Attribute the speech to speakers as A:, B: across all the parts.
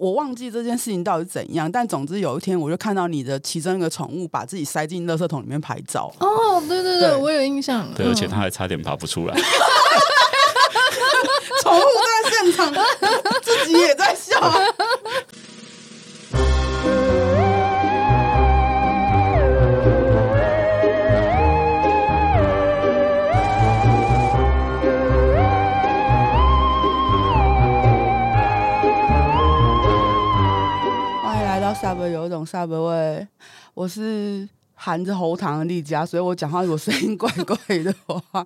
A: 我忘记这件事情到底怎样，但总之有一天我就看到你的其中一个宠物把自己塞进垃圾桶里面拍照，
B: 哦，对对对，
A: 对
B: 我有印象。
C: 对，
B: 嗯
C: 而且他还差点爬不出来。
A: 宠物在现场自己也在笑、啊。欢迎来到下北有一种下北味，我是含着喉糖的丽佳，所以我讲话如果声音怪怪的话，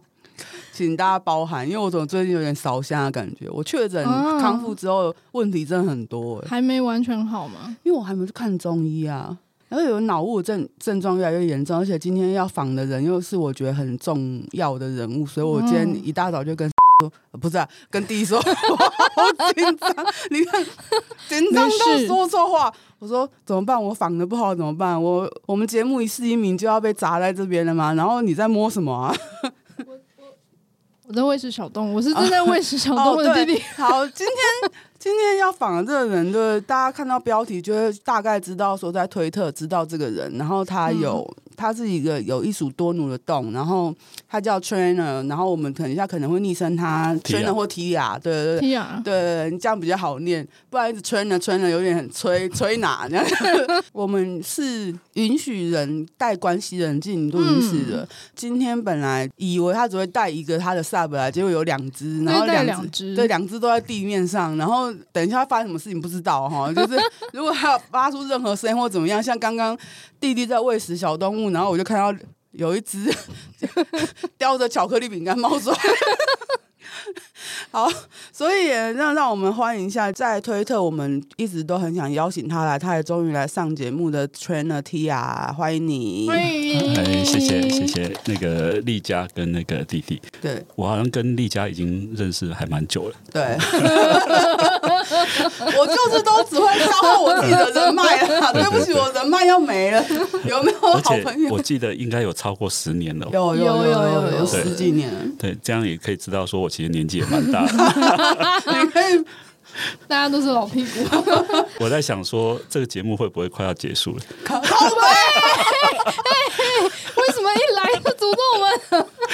A: 请大家包涵，因为我总最近有点烧香的感觉。我确诊
B: 啊
A: 康复之后，问题真的很多、欸，
B: 还没完全好吗？
A: 因为我还没去看中医啊。然后有脑雾症症状越来越严重，而且今天要访的人又是我觉得很重要的人物，所以我今天
B: 嗯
A: 一大早就跟、 说，呃不是、啊、跟弟说， 我好紧张，你看紧张到
B: 没事
A: 说错话。我说怎么办？我访的不好怎么办？我我们节目一试一名就要被砸在这边了吗？然后你在摸什么啊？
B: 我在喂食小动物，我是正在喂食小动物
A: 哦，
B: 的
A: 对，
B: 弟弟。
A: 好，今天今天要访的这个人，就是大家看到标题就会大概知道说在推特知道这个人，然后他有、
B: 嗯
A: 他是一个有一鼠多奴的洞，然后他叫 Trainer，然后我们等一下可能会昵称他
C: Tia
A: Trainer 或 Tia，对对对。
B: t i
A: 对对对，这样比较好念，不然一直吹呢吹呢，有点很吹吹哪这样。 我们是允许人带关系人进录音室
B: 嗯
A: 的。今天本来以为他只会带一个他的 sub 来，结果有两只，然后
B: 对带
A: 两
B: 两只
A: 对，两只都在地面上。然后等一下发生什么事情不知道哈，就是如果他有发出任何声音或怎么样，像刚刚弟弟在喂食小动物，然后我就看到有一只 叼着巧克力饼干冒出来。 好，所以也让让我们欢迎一下，在推特我们一直都很想邀请他来，他也终于来上节目的 Trainer Tia，欢迎你。
B: 欢迎，
C: 哎，谢
A: 嗯
C: 谢谢。谢那个丽佳跟那个弟弟，
A: 对
C: 我好像跟丽佳已经认识还蛮久了。
A: 对， 我就是都只会消耗我自己的人脉 啊，对不起，我人脉要没了，有没有
C: 而
A: 好朋
C: 且
A: 友
C: 我？记得应该有超过十年了。
A: 有有
B: 有有
A: 有
B: 有
A: 有
B: 有
A: 十几年了，
C: 对，这样也可以知道说我其实年纪也蛮 大的。
A: 你可以
B: 大家都是老屁股，
C: 我在想说这个节目会不会快要结束了？
B: 为什么一来就诅咒我们？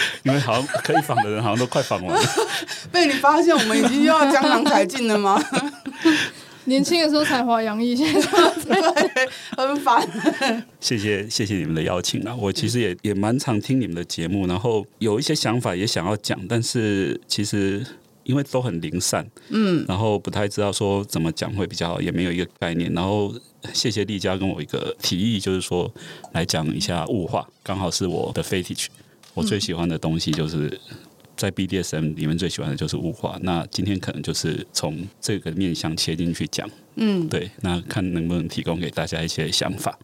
C: 因为好像可以访的人好像都快访完了。
A: 被你发现我们已经又要江郎才尽了 吗？
B: 年轻的时候才华洋溢，现在
A: 对，很烦。
C: 谢谢谢谢你们的邀请啊！我其实也也蛮常听你们的节目，然后有一些想法也想要讲，但是其实因为都很零散，嗯，然后不太知道说怎么讲会比较好，也没有一个概念。然后谢谢丽佳跟我一个提议，就是说来讲一下物化，刚好是我的 fetish，我最喜欢的东西就是。在 BDSM 里面最喜欢的就是物化，那今天可能就是从这个面向切进去讲，
A: 嗯，
C: 对，那看能不能提供给大家一些想法。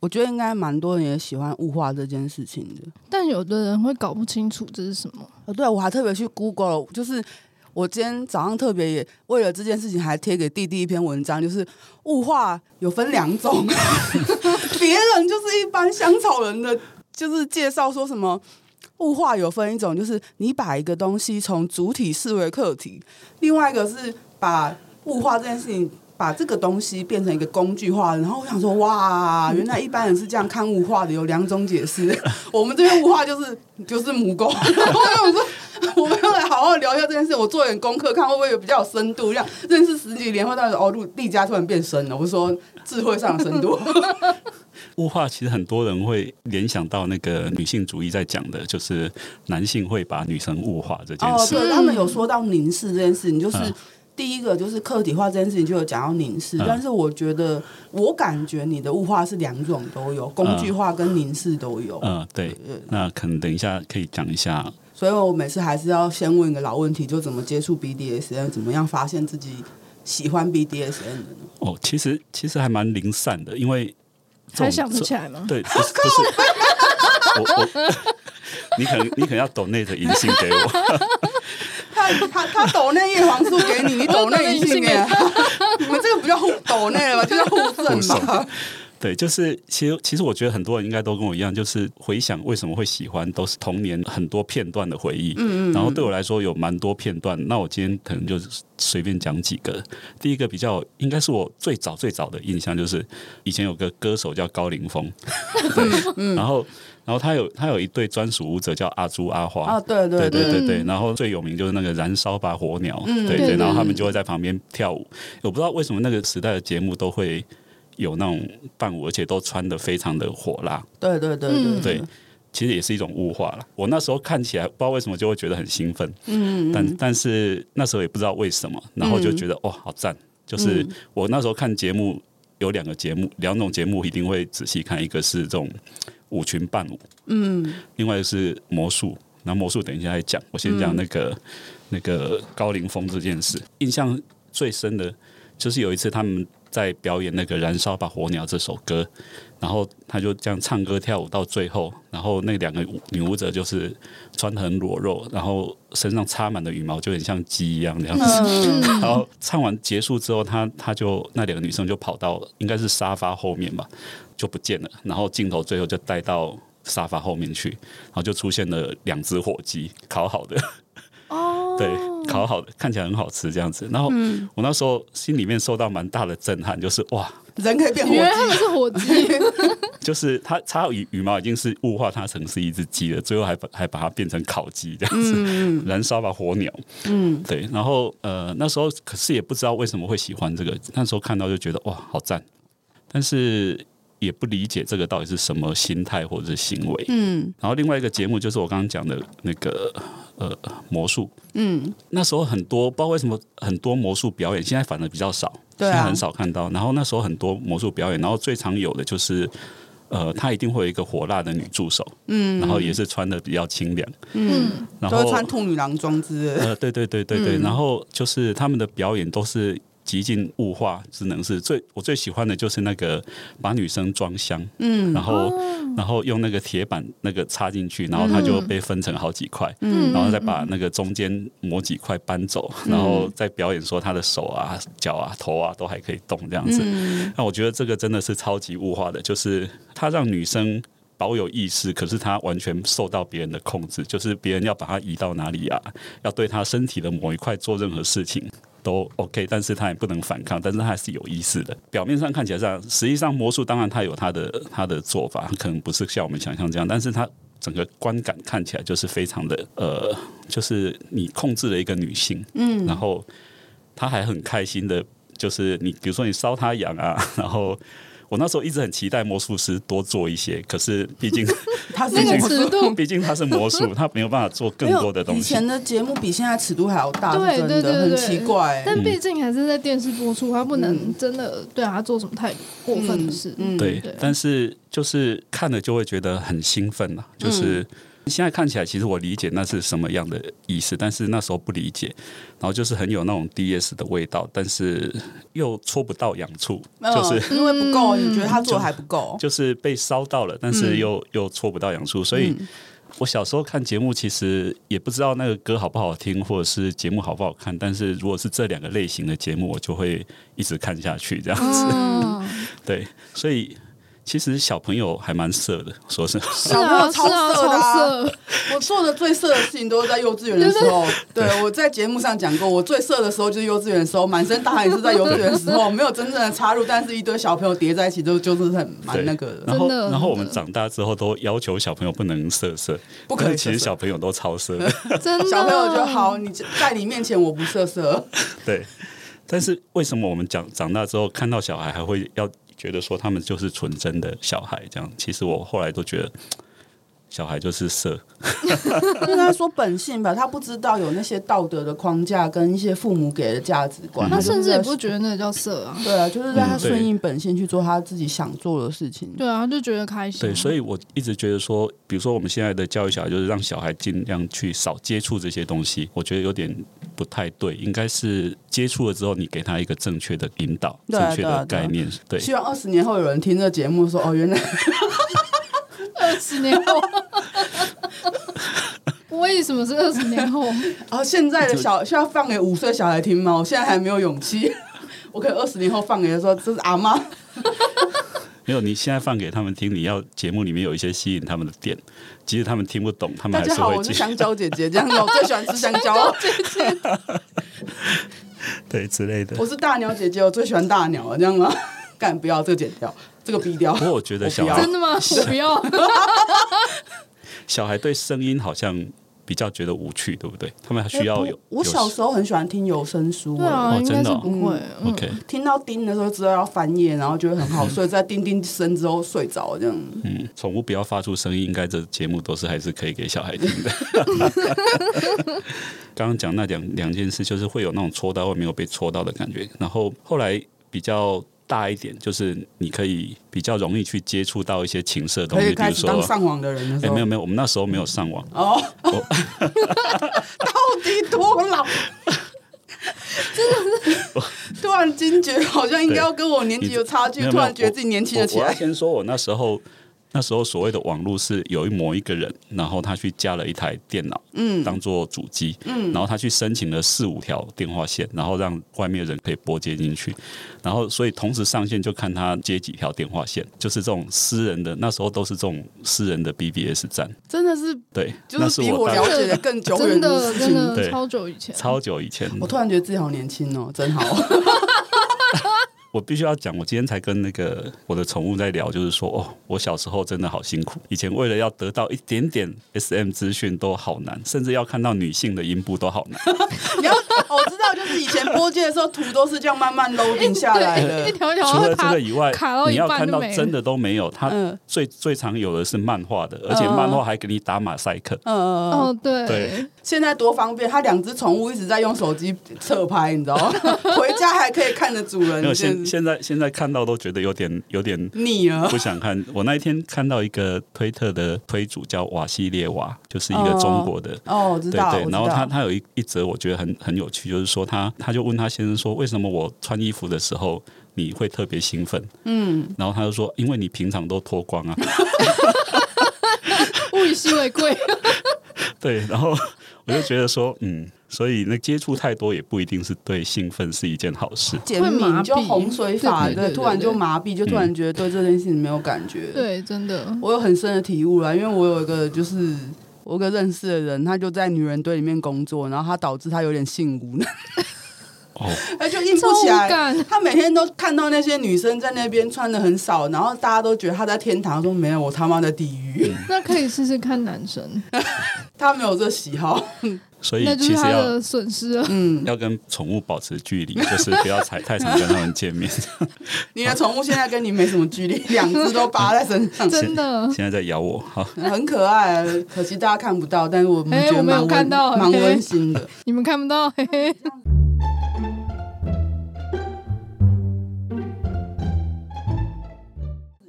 A: 我觉得应该蛮多人也喜欢物化这件事情的。
B: 但有的人会搞不清楚这是什么。
A: 哦，对，我还特别去 Google，了就是我今天早上特别也为了这件事情还贴给弟弟一篇文章，就是物化有分两种， 别人就是一般香草人的，就是介绍说什么。物化有分一种，就是你把一个东西从主体视为客体；另外一个是把物化这件事情，把这个东西变成一个工具化。然后我想说，哇，原来一般人是这样看物化的，有两种解释。 我们这边物化就是就是母狗。 然后我想说，我们要来好好聊一下这件事。我做点功课，看会不会有比较有深度。这样认识十几年，会到哦，陆丽家突然变深了。我说智慧上的深度，
C: 物化其实很多人会联想到那个女性主义在讲的，就是男性会把女生物化这 件
A: 哦，
C: 事。
A: 对，他们有说到凝视这件事情，就是。
C: 嗯
A: 第一个就是客体化这件事情就有讲到凝视，
C: 嗯
A: 但是我觉得我感觉你的物化是两种都有，工具化跟凝视都有，
C: 嗯、
B: 哦
C: 对。那可能等一下可以讲一下，
A: 所以我每次还是要先问一个老问题，就怎么接触 BDSN，怎么样发现自己喜欢 BDSN 的呢？
C: 哦，其实其实还蛮零散的，因为这种
B: 还想不起来吗？
C: 对，不是不是，我我 你可能你可能要 donate 银杏给我，
A: 他他他抖那叶黄素给 你，你抖那银杏给他，你们这个不叫互抖那了吧，就叫互
C: 互
A: 赠
C: 送
A: 吧。
C: 对，就是其实其实我觉得很多人应该都跟我一样，就是回想为什么会喜欢，都是童年很多片段的回忆。嗯嗯。然后对我来说有蛮多片段，那我今天可能就随便讲几个。第一个比较应该是我最早最早的印象，就是以前有个歌手叫高凌风， 对，然后然后他有他有一对专属舞者叫阿朱阿花
A: 啊，对
C: 对
A: 对
C: 对对对，然后最有名就是那个燃烧吧火鸟，对
B: 对
C: 对，
B: 对
C: 然后他们就会在旁边跳舞。我不知道为什么那个时代的节目都会有那种伴舞，而且都穿的非常的火辣，
A: 对对对对
B: 嗯
C: 对。其实也是一种物化了。我那时候看起来不知道为什么就会觉得很兴奋，嗯，但但是那时候也不知道为什么，然后就觉得、哇，好赞！就是我那时候看节目有两个节目，两种节目一定会仔细看，一个是这种舞群伴舞，嗯，另外是魔术。然后魔术等一下再讲，我先讲那个、那个高凌风这件事。印象最深的就是有一次他们在表演那个《燃烧吧火鸟》这首歌，然后他就这样唱歌跳舞到最后，然后那两个舞女舞者就是穿得很裸露，然后身上插满了羽毛，就很像鸡一样这样子。
A: 嗯
C: 然后唱完结束之后，她她就那两个女生就跑到应该是沙发后面吧，就不见了。然后镜头最后就带到沙发后面去，然后就出现了两只火鸡，烤好的。
B: 哦，
C: 对，烤好的，看起来很好吃这样子。然后我那时候心里面受到蛮大的震撼，就是哇，
A: 人可以变火
B: 原来
A: 鸡，
B: 他们是火鸡，
C: 就是它它羽羽毛已经是物化它成是一只鸡了，最后还把还把它变成烤鸡这样子，燃烧吧火鸟。嗯，对。然后呃，那时候可是也不知道为什么会喜欢这个，那时候看到就觉得哇，好赞，但是也不理解这个到底是什么心态或者是行为。
A: 嗯
C: 然后另外一个节目就是我刚刚讲的那个呃魔术，
A: 嗯，
C: 那时候很多不知道为什么很多魔术表演，现在反而比较少，
A: 对啊
C: 现在很少看到。然后那时候很多魔术表演，然后最常有的就是。呃，她一定会有一个火辣的女助手，嗯，然后也是穿的比较清凉，
B: 嗯，
C: 然
A: 都会
C: 后
A: 穿兔女郎装之类的。
C: 呃，对对对对对，然后就是他们的表演都是极尽物化，只能是最我最喜欢的就是那个把女生装箱，嗯，然后、然后用那个铁板那个插进去，然后它就被分成好几块，
B: 嗯嗯
C: 然后再把那个中间磨几块搬走，然后再表演说他的手啊、脚啊、头啊都还可以动这样子。
B: 嗯
C: 那我觉得这个真的是超级物化的，就是它让女生。保有意识，可是她完全受到别人的控制，就是别人要把她移到哪里啊，要对她身体的某一块做任何事情都 OK，但是她也不能反抗，但是她还是有意识的。表面上看起来这样，实际上魔术当然它有它的它的做法，可能不是像我们想象这样，但是它整个观感看起来就是非常的呃，就是你控制了一个女性，嗯，然后她还很开心的，就是你比如说你烧她痒啊， 然后我那时候一直很期待魔术师多做一些，可是 毕竟
A: 他是
B: 那
A: 魔
B: 个
A: 术
B: 尺度
C: 毕竟他嗯是魔术，他没有办法做更
A: 没有
C: 多的东
A: 以
C: 西
A: 前。的节目比现在尺度还要大，是
B: 对
A: 真
B: 对
A: 的
B: 对
A: 很
B: 对，
A: 奇怪、
B: 但毕竟还是在电视播出，他不能真的对他做什么太过分的事。
A: 嗯嗯
C: 对
B: 对，
C: 但是就是看了就会觉得很兴奋啊，就是。现在看起来，其实我理解那是什么样的意思，但是那时候不理解，然后就是很有那种 DS 的味道，但是又戳不到痒处，
A: 没有
C: 就是
A: 因为不够，
B: 嗯
A: 你觉得他做的还不够？
C: 就是被烧到了，但是又、又戳不到痒处，所以我小时候看节目，其实也不知道那个歌好不好听，或者是节目好不好看，但是如果是这两个类型的节目，我就会一直看下去这样子。
B: 嗯，
C: 对，所以其实小朋友还蛮色的，说是
B: 是
A: 小朋
B: 啊
A: 友
B: 是啊，
A: 色的
B: 超
A: 啊、
B: 色，
A: 我做的最色的事情都是在幼稚园的时候。对，我在节目上讲过，我最色的时候就是幼稚园的时候，满身大汗也是在幼稚园的时候，没有真正的插入，但是一堆小朋友叠在一起就就是很蛮
C: 对
A: 那个的，
C: 然后
B: 真的
C: 然后我
B: 真的
C: 们长大之后都要求小朋友不能色色，
A: 不可
C: 但
A: 以
C: 是其
A: 色
C: 实
A: 色。
C: 小朋友都超 色的，
B: 啊真的。
A: 小朋友就好，你在你面前我不色色，
C: 对。但是为什么我们长长大之后看到小孩还会要觉得说他们就是纯真的小孩这样？其实我后来都觉得。小孩就是色，
A: 应该说本性吧，他不知道有那些道德的框架跟一些父母给的价值观，
B: 他甚至也
A: 就是在
B: 不觉得那叫色啊，
A: 对啊，就是让他
C: 嗯嗯对
A: 顺应本性去做他自己想做的事情。
B: 对啊，他就觉得开心。
A: 嗯
C: 对，所以我一直觉得说，比如说我们现在的教育小孩，就是让小孩尽量去少接触这些东西，我觉得有点不太对，应该是接触了之后，你给他一个正确的引导，
A: 对啊
C: 正确
A: 对啊
C: 的
A: 对啊
C: 概念，对，
A: 希望二十年后有人听这节目说，哦，原来
B: 二十年后，为什么是二十 年后？
A: 哦，现在的小需要放给五岁小孩听吗？
C: 嗯
A: 我现在还没有勇气，我可以二十年后放给他说，这是阿妈。
C: 没有，你现在放给他们听，你要节目里面有一些吸引他们的点，即使他们听不懂，他们
A: 大
C: 还
A: 家
C: 是
A: 好，
C: 会
A: 我是
C: 记。
A: 香蕉姐姐，这样子我最喜欢吃香蕉。
C: 对之类的。
A: 我是大鸟姐姐，我最喜欢大鸟了，这样吗？ 干不要，这个剪掉，这个逼掉。
C: 不过我觉得小
A: 我不
C: 孩
A: 要
B: 真的吗？我不 要，
C: 小孩对声音好像比较觉得无趣，对不对？他们需要有。
A: 哎我小时候很喜欢听有声书，
B: 对啊，
C: 哦
B: 应
C: 真
B: 该
C: 的
B: 是
C: 哦
B: 不会。
C: 有
B: 嗯
C: OK，
A: 听到叮的时候知道要翻页，然后就会很 好睡，在叮叮声之后睡着，这样。
C: 嗯，宠物不要发出声音，应该这节目都是还是可以给小孩听 的。刚刚讲那两两件事，就是会有那种戳到或没有被戳到的感觉。然后后来比较大一点，就是你可以比较容易去接触到一些情色的东
A: 可
C: 西，
A: 以
C: 比
A: 开
C: 如
A: 始当
C: 说，
A: 上网的人的时
C: 哎，
A: 候，
C: 没有没有，我们那时候没有上网，
A: 哦， 到底多老？真的是突然惊觉，好像应该要跟我年纪有差距
C: 没，有
A: 突
C: 没有
A: 然觉得自己年轻了起
C: 我我我要
A: 来。
C: 先说，我那时候那时候所谓的网络是有一某一个人，然后他去加了一台电脑，嗯，当做主机，嗯，然后他去申请了四五条电话线，然后让外面的人可以拨接进去，然后所以同时上线就看他接几条电话线，就是这种私人的，那时候都是这种私人的 BBS 站，
A: 真的是，
C: 对，
A: 就
C: 那
A: 是
C: 是
A: 比
C: 我
A: 我
C: 大
A: 了
C: 概
A: 解的更久
B: 真
A: 远的
B: 的
A: 事
B: 真
A: 情。
B: 的
C: 对
B: 超久以前，
C: 超久以前，
A: 我突然觉得自己好年轻哦，真好。
C: 我必须要讲，我今天才跟那个我的宠物在聊，就是说，哦，我小时候真的好辛苦，以前为了要得到一点点 SM 资讯都好难，甚至要看到女性的阴部都好难。
A: 你要，我知道，就是以前播界的时候，图都是这样慢慢 loading 下来
B: 对，
A: 的。
B: 一条一条
C: 除了这
B: 爬
C: 个以外
B: 卡到，
C: 你
B: 一
C: 要
B: 半
C: 看
B: 就
C: 到
B: 没了
C: 真的都没有。它
A: 嗯
C: 最最常有的是漫画的，而且漫画还给你打马赛克。
A: 嗯，
B: 哦，对
C: 对
A: 现在多方便，他两只宠物一直在用手机 侧拍，你知 道吗？回家还可以看着主人
C: 没有，，
A: 真的是
C: 现现在现在看到都觉得有点有点
A: 腻了。
C: 不想看。我那一天看到一个推特的推主叫瓦西列娃，就是一个
A: 哦
C: 中国的
A: 哦，我知
C: 对
A: 道，我
C: 对，
A: 知
C: 然后
A: 道
C: 他他有一一则我觉得很很有趣，就是说他他就问他先生说，为什么我穿衣服的时候你会特别兴奋？嗯，然后他就说，因为你平常都脱光啊。
B: 物以稀为贵，
C: 对，然后我就觉得说，嗯，所以那接触太多也不一定是对兴奋是一件好事。
A: 减敏就洪水法，
B: 会麻痹对对对对嗯
A: 突然就麻痹，就突然觉得对这件事情没有感觉。，
B: 对，真的。
A: 我有很深的体悟啦，因为我有一个就是。我有一个认识的人，他就在女人堆里面工作，然后他导致他有点性无能，
C: 哦，
A: 他就硬不
B: 超无
A: 起来。
B: 感
A: 他每天都看到那些女生在那边穿的很少，然后大家都觉得他在天堂，说没有，我他妈在地狱。
B: 那可以试试看男生，
A: 他没有这喜好，
C: 所以
B: 那就
C: 其
B: 是
C: 实
B: 他
C: 要
B: 的损失了。
A: 嗯，
C: 要跟宠物保持距离，就是不要太太常跟他们见面。
A: 你的宠物现在跟你没什么距离，两只都扒在身上，
B: 真 的
C: 现在在咬我，好，
A: 很可爱。可惜大家看不到，但是我们
B: 哎
A: 觉得
B: 我们
A: 蛮
B: 有看
A: 温
B: 到
A: 蛮
B: 哎
A: 温馨的。
B: 你们看不到，嘿嘿。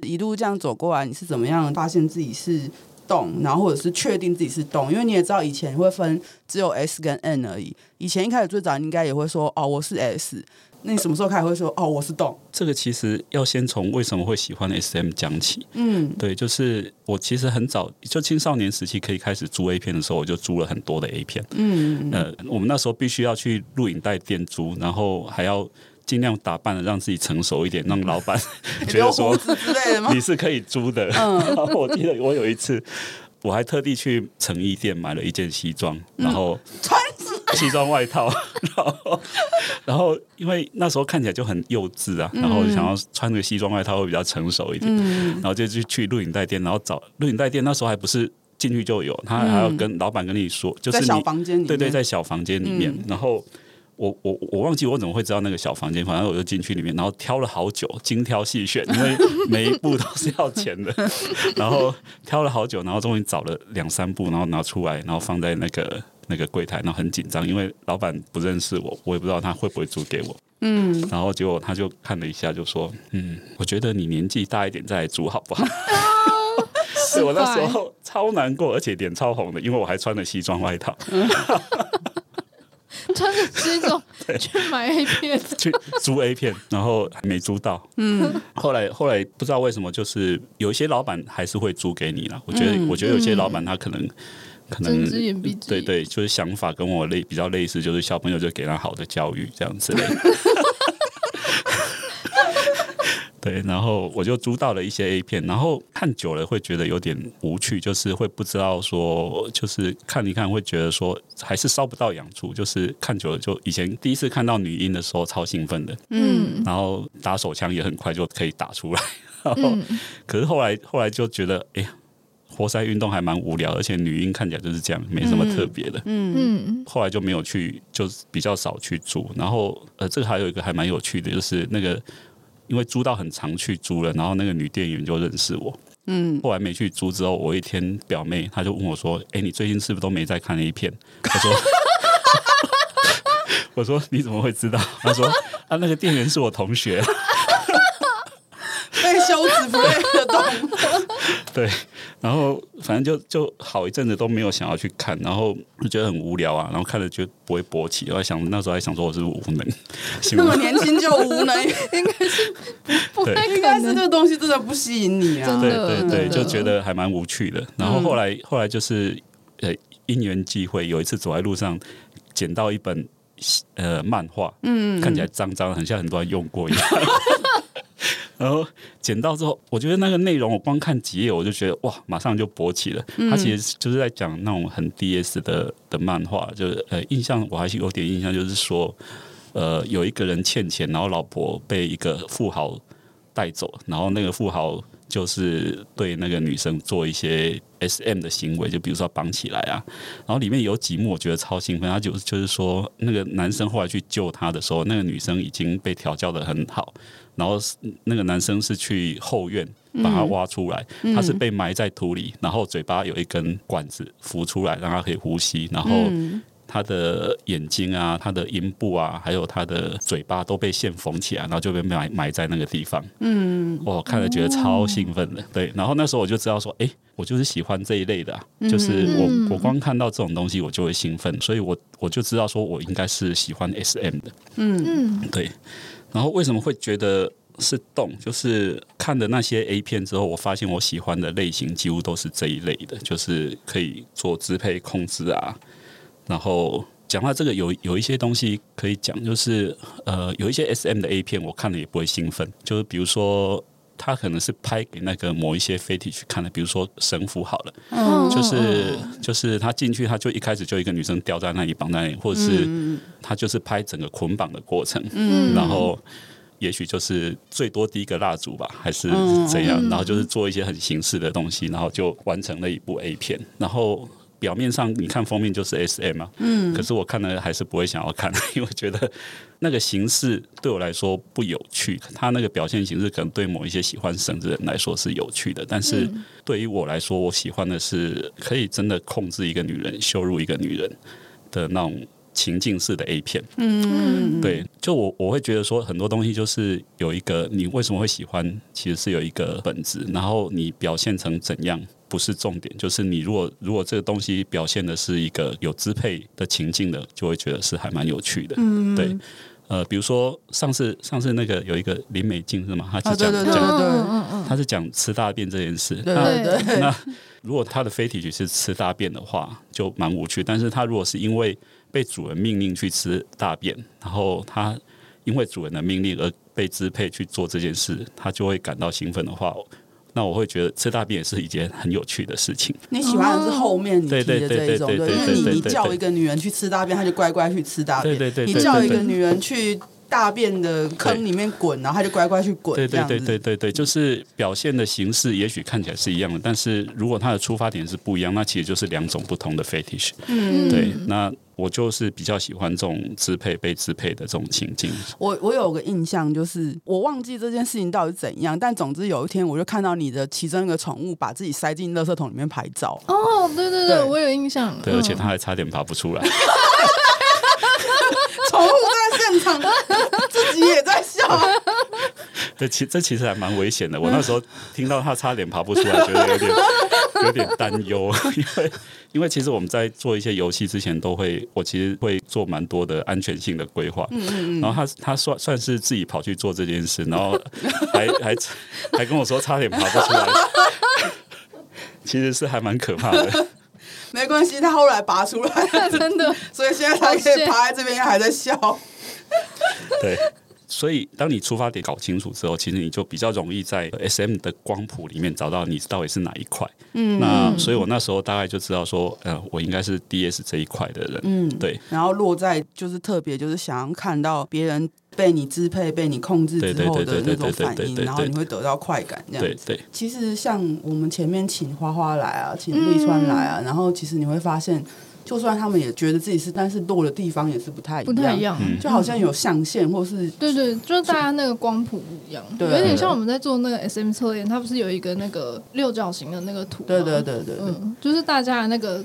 A: 一路这样走过来，你是怎么样发现自己是动，然后或者是确定自己是动？因为你也知道以前会分只有 S 跟 N 而已。以前一开始最早你应该也会说哦我是 S，那你什么时候开始会说哦我是动？
C: 这个其实要先从为什么会喜欢 SM 讲起。
A: 嗯
C: 对，就是我其实很早就青少年时期可以开始租 A 片的时候，我就租了很多的 A 片。
A: 嗯，
C: 呃，我们那时候必须要去录影带店租，然后还要尽量打扮的让自己成熟一点，让老板 觉
A: 留
C: 得
A: 胡
C: 说
A: 子之类的吗 嗯
C: 你？是可以租的。然后 我记得我有一次。我还特地去成衣店买了一件西装，然后
A: 穿
C: 西装外套， 然后然后因为那时候看起来就很幼稚
A: 嗯
C: 啊，然后想要穿个西装外套会比较成熟一点，然后就去去录影带店，然后找录影带店那时候还不是进去就有，他还要
A: 嗯
C: 跟老板跟你说，就是
A: 在小
C: 你
A: 房间里面，嗯
C: 对对，在小房间里面。然后我我我忘记我怎么会知道那个小房间，反正我就进去里面，然后挑了好久，精挑细选，因为每一步都是要钱的。然后挑了好久，然后终于找了两三步，然后拿出来，然后放在那个那个柜台，然后很紧张，因为老板不认识我，我也不知道他会不会租给我。嗯，然后结果他就看了一下，就说：“嗯，我觉得你年纪大一点再来租好不 好？”
A: 哦
C: 是我那时候超难过，而且脸超红的，因为我还穿了西装外套。
B: 穿着西 装去买 A 片，
C: 去租 A 片，然后还没租到。嗯，后来后来不知道为什么，就是有一些老板还是会租给你啦。我觉得，我觉得有些老板他可能、可能
B: 睁只眼闭只
C: 对
B: 眼
C: 对，就是想法跟我类比较类似，就是小朋友就给他好的教育这样之类的。对，然后我就租到了一些 A 片，然后看久了会觉得有点无趣，就是会不知道说，就是看一看会觉得说还是烧不到痒处，就是看久了就以前第一次看到女婴的时候超兴奋的，
B: 嗯
C: 然后打手枪也很快就可以打 出来，然后
B: 嗯，
C: 可是后来后来就觉得，哎呀，活塞运动还蛮无聊，而且女婴看起来就是这样，没什么特别的。
B: 嗯
C: 后来就没有去，就是比较少去租。然后呃，这个还有一个还蛮有趣的，就是那个因为租到很常去租了，然后那个女店员就认识我。
A: 嗯，
C: 后来没去租之后，我一天表妹她就问我说：“哎、你最近是不是都没在看 A 片？” 我说：“ 我说你怎么会知道？”她说：“啊，那个店员是我同学。”
A: 被羞耻不被惹 动。
C: 对，然后反正就就好一阵子都没有想要去看，然后就觉得很无聊啊，然后看了就不会勃起，我还想那时候还想说我是不是无能， 新
A: 那么
C: 闻
A: 年轻就无能，应
B: 不 太
A: 应
B: 可
A: 该是这
B: 能，
A: 个东西真的不吸引你啊。
B: 真
C: 对
B: 的
C: 对对，
B: 真的
C: 就觉得还蛮无趣的。然后后来、后来就是呃因缘际会，有一次走在路上捡到一本呃漫画，嗯，看起来脏脏的，很像很多人用过一样。 然后捡到之后，我觉得那个内容我光看几页我就觉得哇，马上就勃起了。
B: 嗯
C: 它其实就是在讲那种很 DS 的的漫画，就是呃印象我还是有点印象，就是说呃有一个人欠钱，然后老婆被一个富豪带走，然后那个富豪就是对那个女生做一些 SM 的行为，就比如说绑起来啊。然后里面有几幕我觉得超兴奋，他就就是说那个男生后来去救她的时候，那个女生已经被调教的很好，然后是那个男生是去后院。把她挖出来，她是被埋在土里，然后嘴巴有一根管子浮出来，让她可以呼吸，然后他的眼睛啊、他的阴部啊，还有他的嘴巴都被线缝起来，然后就被埋埋在那个地方。嗯，我看了觉
B: 哦
C: 得超兴奋的。对，然后那时候我就知道说，诶，我就是喜欢这一类的、啊，就是我、
B: 嗯
C: 我光看到这种东西我就会兴奋，所以我我就知道说我应该是喜欢 SM 的。
B: 嗯
C: 对，然后为什么会觉得是动？就是看了那些 A 片之后，我发现我喜欢的类型几乎都是这一类的，就是可以做支配控制啊。然后讲到这个有有一些东西可以讲，就是呃，有一些 SM 的 A 片我看了也不会兴奋，就是比如说。他可能是拍给那个某一些飞体去看的，比如说神父好了，
B: 嗯，
C: 就是就是他进去，他就一开始就一个女生吊在那里绑在那里，或者是他就是拍整个捆绑的过程，
B: 嗯
C: 然后也许就是最多第一个蜡烛吧，还是怎样，然后就是做一些很形式的东西，然后就完成了一部 A 片，然后。表面上你看封面就是 S M 啊，嗯，可是我看了还是不会想要看， 因为觉得那个形式对我来说不有趣。它那个表现形式可能对某一些喜欢绳子的人来说是有趣的，但是对于我来说，我喜欢的是可以真的控制一个女人、羞辱一个女人的那种情境式的 A 片。
B: 嗯
C: 对，就我我会觉得说很多东西就是有一个你为什么会喜欢，其实是有一个本质，然后你表现成怎样不是重点，就是你如果如果这个东西表现的是一个有支配的情境的，就会觉得是还蛮有趣的。嗯，对。呃，比如说上次上次那个有一个林美静是吗？她
A: 啊
C: 是
A: 对
C: 讲、
A: 对对
C: 讲，
B: 嗯嗯
C: 她是讲吃大便这件事。
A: 对
C: 那
A: 对对，
C: 那如果他的非体举是吃大便的话，就蛮无趣。但是他如果是因为被主人命令去吃大便，然后他因为主人的命令而被支配去做这件事，他就会感到兴奋的话，那我会觉得吃大便也是一件很有趣的事情。
A: 你喜欢的是后面你提的这一种，因
C: 对对对对
A: 为
C: 对对
A: 你你
C: 对对
A: 叫一个女人去吃大便，她就乖乖去吃大便；
C: 对对对对
A: 你叫一个女人去大便的坑里面滚，然后她就乖乖去滚，
C: 对
A: 这
C: 对
A: 样
C: 对对
A: 子。
C: 对对，就是表现的形式也许看起来是一样的，但是如果它的出发点是不一样，那其实就是两种不同的 fetish。
B: 嗯，
C: 对，那我就是比较喜欢这种支配被支配的这种情境。
A: 我我有个印象，就是我忘记这件事情到底怎样，但总之有一天我就看到你的其中一个宠物把自己塞进垃圾桶里面拍照，
B: 哦，对对对，
A: 对
B: 我有印象，
A: 嗯
B: 嗯
C: 对，而且他还差点爬不出来。
A: 宠物在现场自己也在笑、啊，
C: 这其这其实还蛮危险的。我那时候听到他差点爬不出来，觉得有点有点担忧， 因为因为其实我们在做一些游戏之前，都会我其实会做蛮多的安全性的规划。嗯嗯然后他他算算是自己跑去做这件事，然后还还还跟我说差点爬不出来， 其实是还蛮可怕的。
A: 没关系，它后来拔出来了，
B: 真的，
A: 所以现在它可
B: 好
A: 以
B: 险
A: 趴在这边还在笑。
C: 对，所以，当你出发点搞清楚之后，其实你就比较容易在 S M 的光谱里面找到你到底是哪一块。嗯，那所以我那时候大概就知道说，呃，我应该是 D S 这一块的人。嗯，对，
A: 然后落在就是特别就是想要看到别人被你支配、被你控制之后的那
C: 对对对对
A: 种
C: 对对
A: 反
C: 对
A: 应，
C: 对
A: 然后
C: 对
A: 你会得到快感这样
C: 对
A: 子。
C: 对。
A: 其实像我们前面请花花来啊，
B: 嗯
A: 请立川来啊，然后其实你会发现，就算他们也觉得自己是，但是落的地方也是不太
B: 不太一，样。嗯
C: 嗯
A: 就好像有象限或是
B: 对对，就是大家那个光谱不一样，
A: 对
B: 有点像我们在做那个 SM 测验，它不是有一个那个六角形的那个图吗？
A: 对对对对对。
B: 嗯，就是大家的那个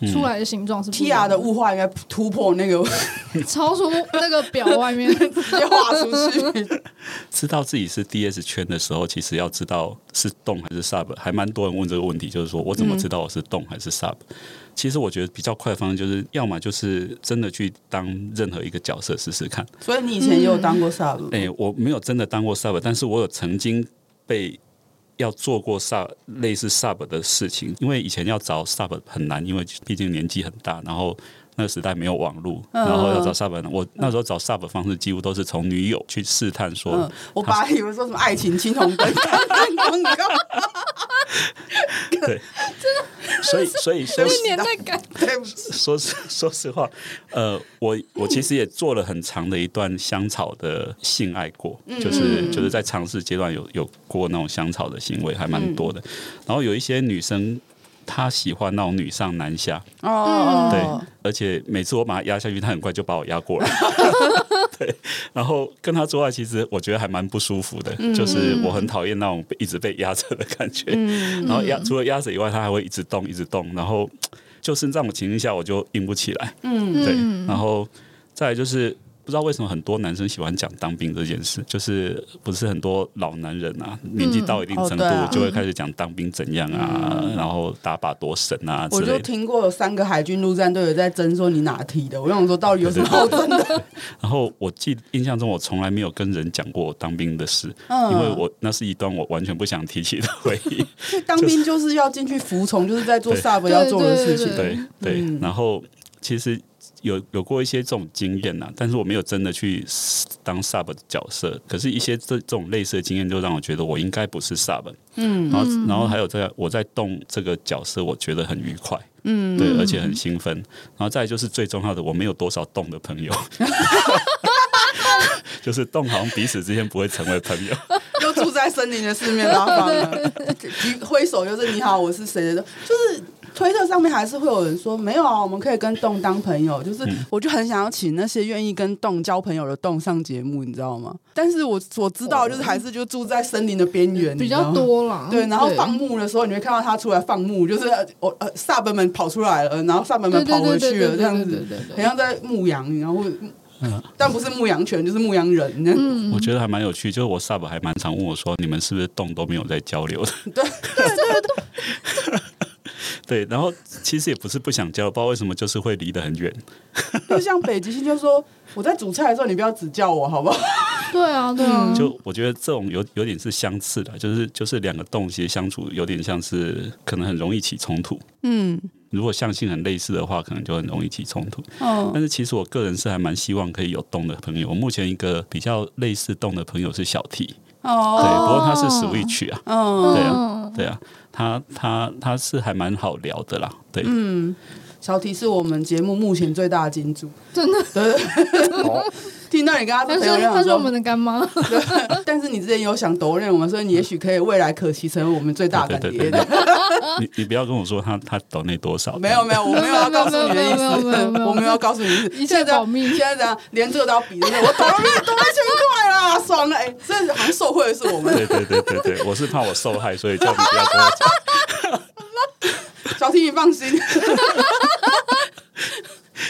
C: 嗯
B: 出来的形状是不一
A: T
B: 样
A: R 的物化应该突破那个，
B: 超出那个表 外面，
A: 直接画出去。
C: 知道自己是 DS 圈的时候，其实要知道是动还是 sub，还蛮多人问这个问题，就是说我怎么知道我是动还是 sub？、其实我觉得比较快的方式就是，要么就是真的去当任何一个角色试试看。
A: 所以你以前也有当过 sub，
C: 哎、我没有真的当过 sub，但是我有曾经被要做过 sub 类似 sub 的事情，因为以前要找 sub 很难，因为毕竟年纪很大，然后。那个时代没有网络，然后要找 sub，、我那时候找 sub 的方式几乎都是从女友去试探说，
A: 嗯，我爸以为说什么爱情青铜灯 广告，
C: 对，所以所以说
B: 有点年代感。
A: 对不起，
C: 说实 说实话，呃，我我其实也做了很长的一段香草的性爱过，就是就是在尝试阶段有有过那种香草的行为，还蛮多的。然后有一些女生她喜欢那种女上男下，对，
A: 哦，
C: 而且每次我把她压下去，她很快就把我 压过来。对，然后跟她做爱，其实我觉得还蛮不舒服的，
A: 嗯
C: 就是我很讨厌那种被一直被压着的感觉。
A: 嗯
C: 然后压除了压着以外，她还会一直动，一直动，然后。就是这种情况下，我就硬不起来。
A: 嗯，
C: 对，然后再来就是。不知道为什么很多男生喜欢讲当兵这件事，就是不是很多老男人啊，年纪到一定程
A: 哦对
C: 度
A: 啊嗯
C: 就会开始讲当兵怎样啊，然后打靶多神啊之
A: 我就
C: 类的。
A: 听过有三个海军陆战队有在争说你哪踢的，我想说到底有什么好争 的？
C: 然后我记印象中我从来没有跟人讲过我当兵的事，因为我那是一段我完全不想提起的回忆。
A: 嗯当兵就是要进去服从，就是在做
C: 对
A: sub 要做的事情。
C: 对嗯对，然后其实有有过一些这种经验呐、但是我没有真的去 s- 当 sub 的角色。可是，一些这这种类似的经验，就让我觉得我应该不是 sub。嗯，然后然后还有在我在动这个角色，我觉得很愉快。嗯，对，而且很兴奋。然后再来就是最重要的，我没有多少动的朋 友。就是动好像彼此之间不会成为朋友，
A: 又住在森林的四面八方了，举挥手就是你好，我是谁的，就是。推特上面还是会有人说没有啊，我们可以跟洞当朋友。就是我就很想要请那些愿意跟洞交朋友的洞上节目，你知道吗？但是我所知道就是还是就住在森林的边缘，
B: 比
A: 你
B: 较
A: 知道吗。
B: 多啦。
A: 对，然后放牧的时候，你会看到他出来放牧，就是我呃萨本们跑出来了，然后萨本们
B: 对
A: 跑
B: 对
A: 回
B: 对
A: 去了，
B: 对对
A: 这样
B: 对
A: 子
B: 对，对
A: 很
B: 对，
A: 像在牧羊，然后但不是牧羊犬，就是牧羊人。嗯，
C: 我觉得还蛮有趣。就是我 sub 还蛮常问我说，你们是不是动都没有在交流的？
A: 对，
C: 对，然后其实也不是不想交，不知道为什么就是会离得很远。
A: 就像北极星就说：“我在煮菜的时候，你不要只叫我，好不好
B: 对啊对
A: 嗯
B: 啊，
C: 嗯就我觉得这种有有点是相似的，就是就是两个洞其实相处有点像是可能很容易起冲突。嗯，如果相性很类似的话，可能就很容易起冲突。？”
A: 嗯，
C: 但是其实我个人是还蛮希望可以有洞的朋友。我目前一个比较类似洞的朋友是小 T，对，
A: 哦，
C: 不过他是 Switch 啊，
A: 嗯，
C: 对啊，对啊，他他他是还蛮好聊的啦，对，
A: 小提是我们节目目前最大的金主，
B: 真的，
A: 对，听到你跟他
B: 他
A: 朋
B: 是
A: 友
B: 他
A: 讲
B: 是我们
A: 说，
B: 的干 妈，
A: 对但是你之前有想抖认我们，所以你也许可以未来可期成为我们最大干
C: 对对
A: 爹
C: 对
A: 的
C: 对。你你不要跟我说他他抖那多少，
A: 没有没有，我没有要告诉你的意思
B: 没有没有没有没，有
A: 我没有要告诉你的意思，
B: 一切保密
A: 现在这样，连这个都要比，真的，我抖了没有抖了一千块啦，爽了！哎，这好像受贿的是我们。
C: 对对对对对，我是怕我受害，所以叫你不要跟我讲。
A: 小婷，你放心，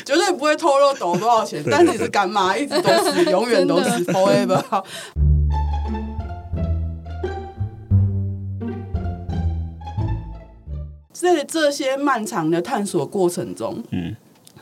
A: 绝对不会透露懂多少钱，
C: 对对
A: 但是你是干妈，一直都是，永远都是
B: 真
A: forever。在这些漫长的探索过程中，
C: 嗯，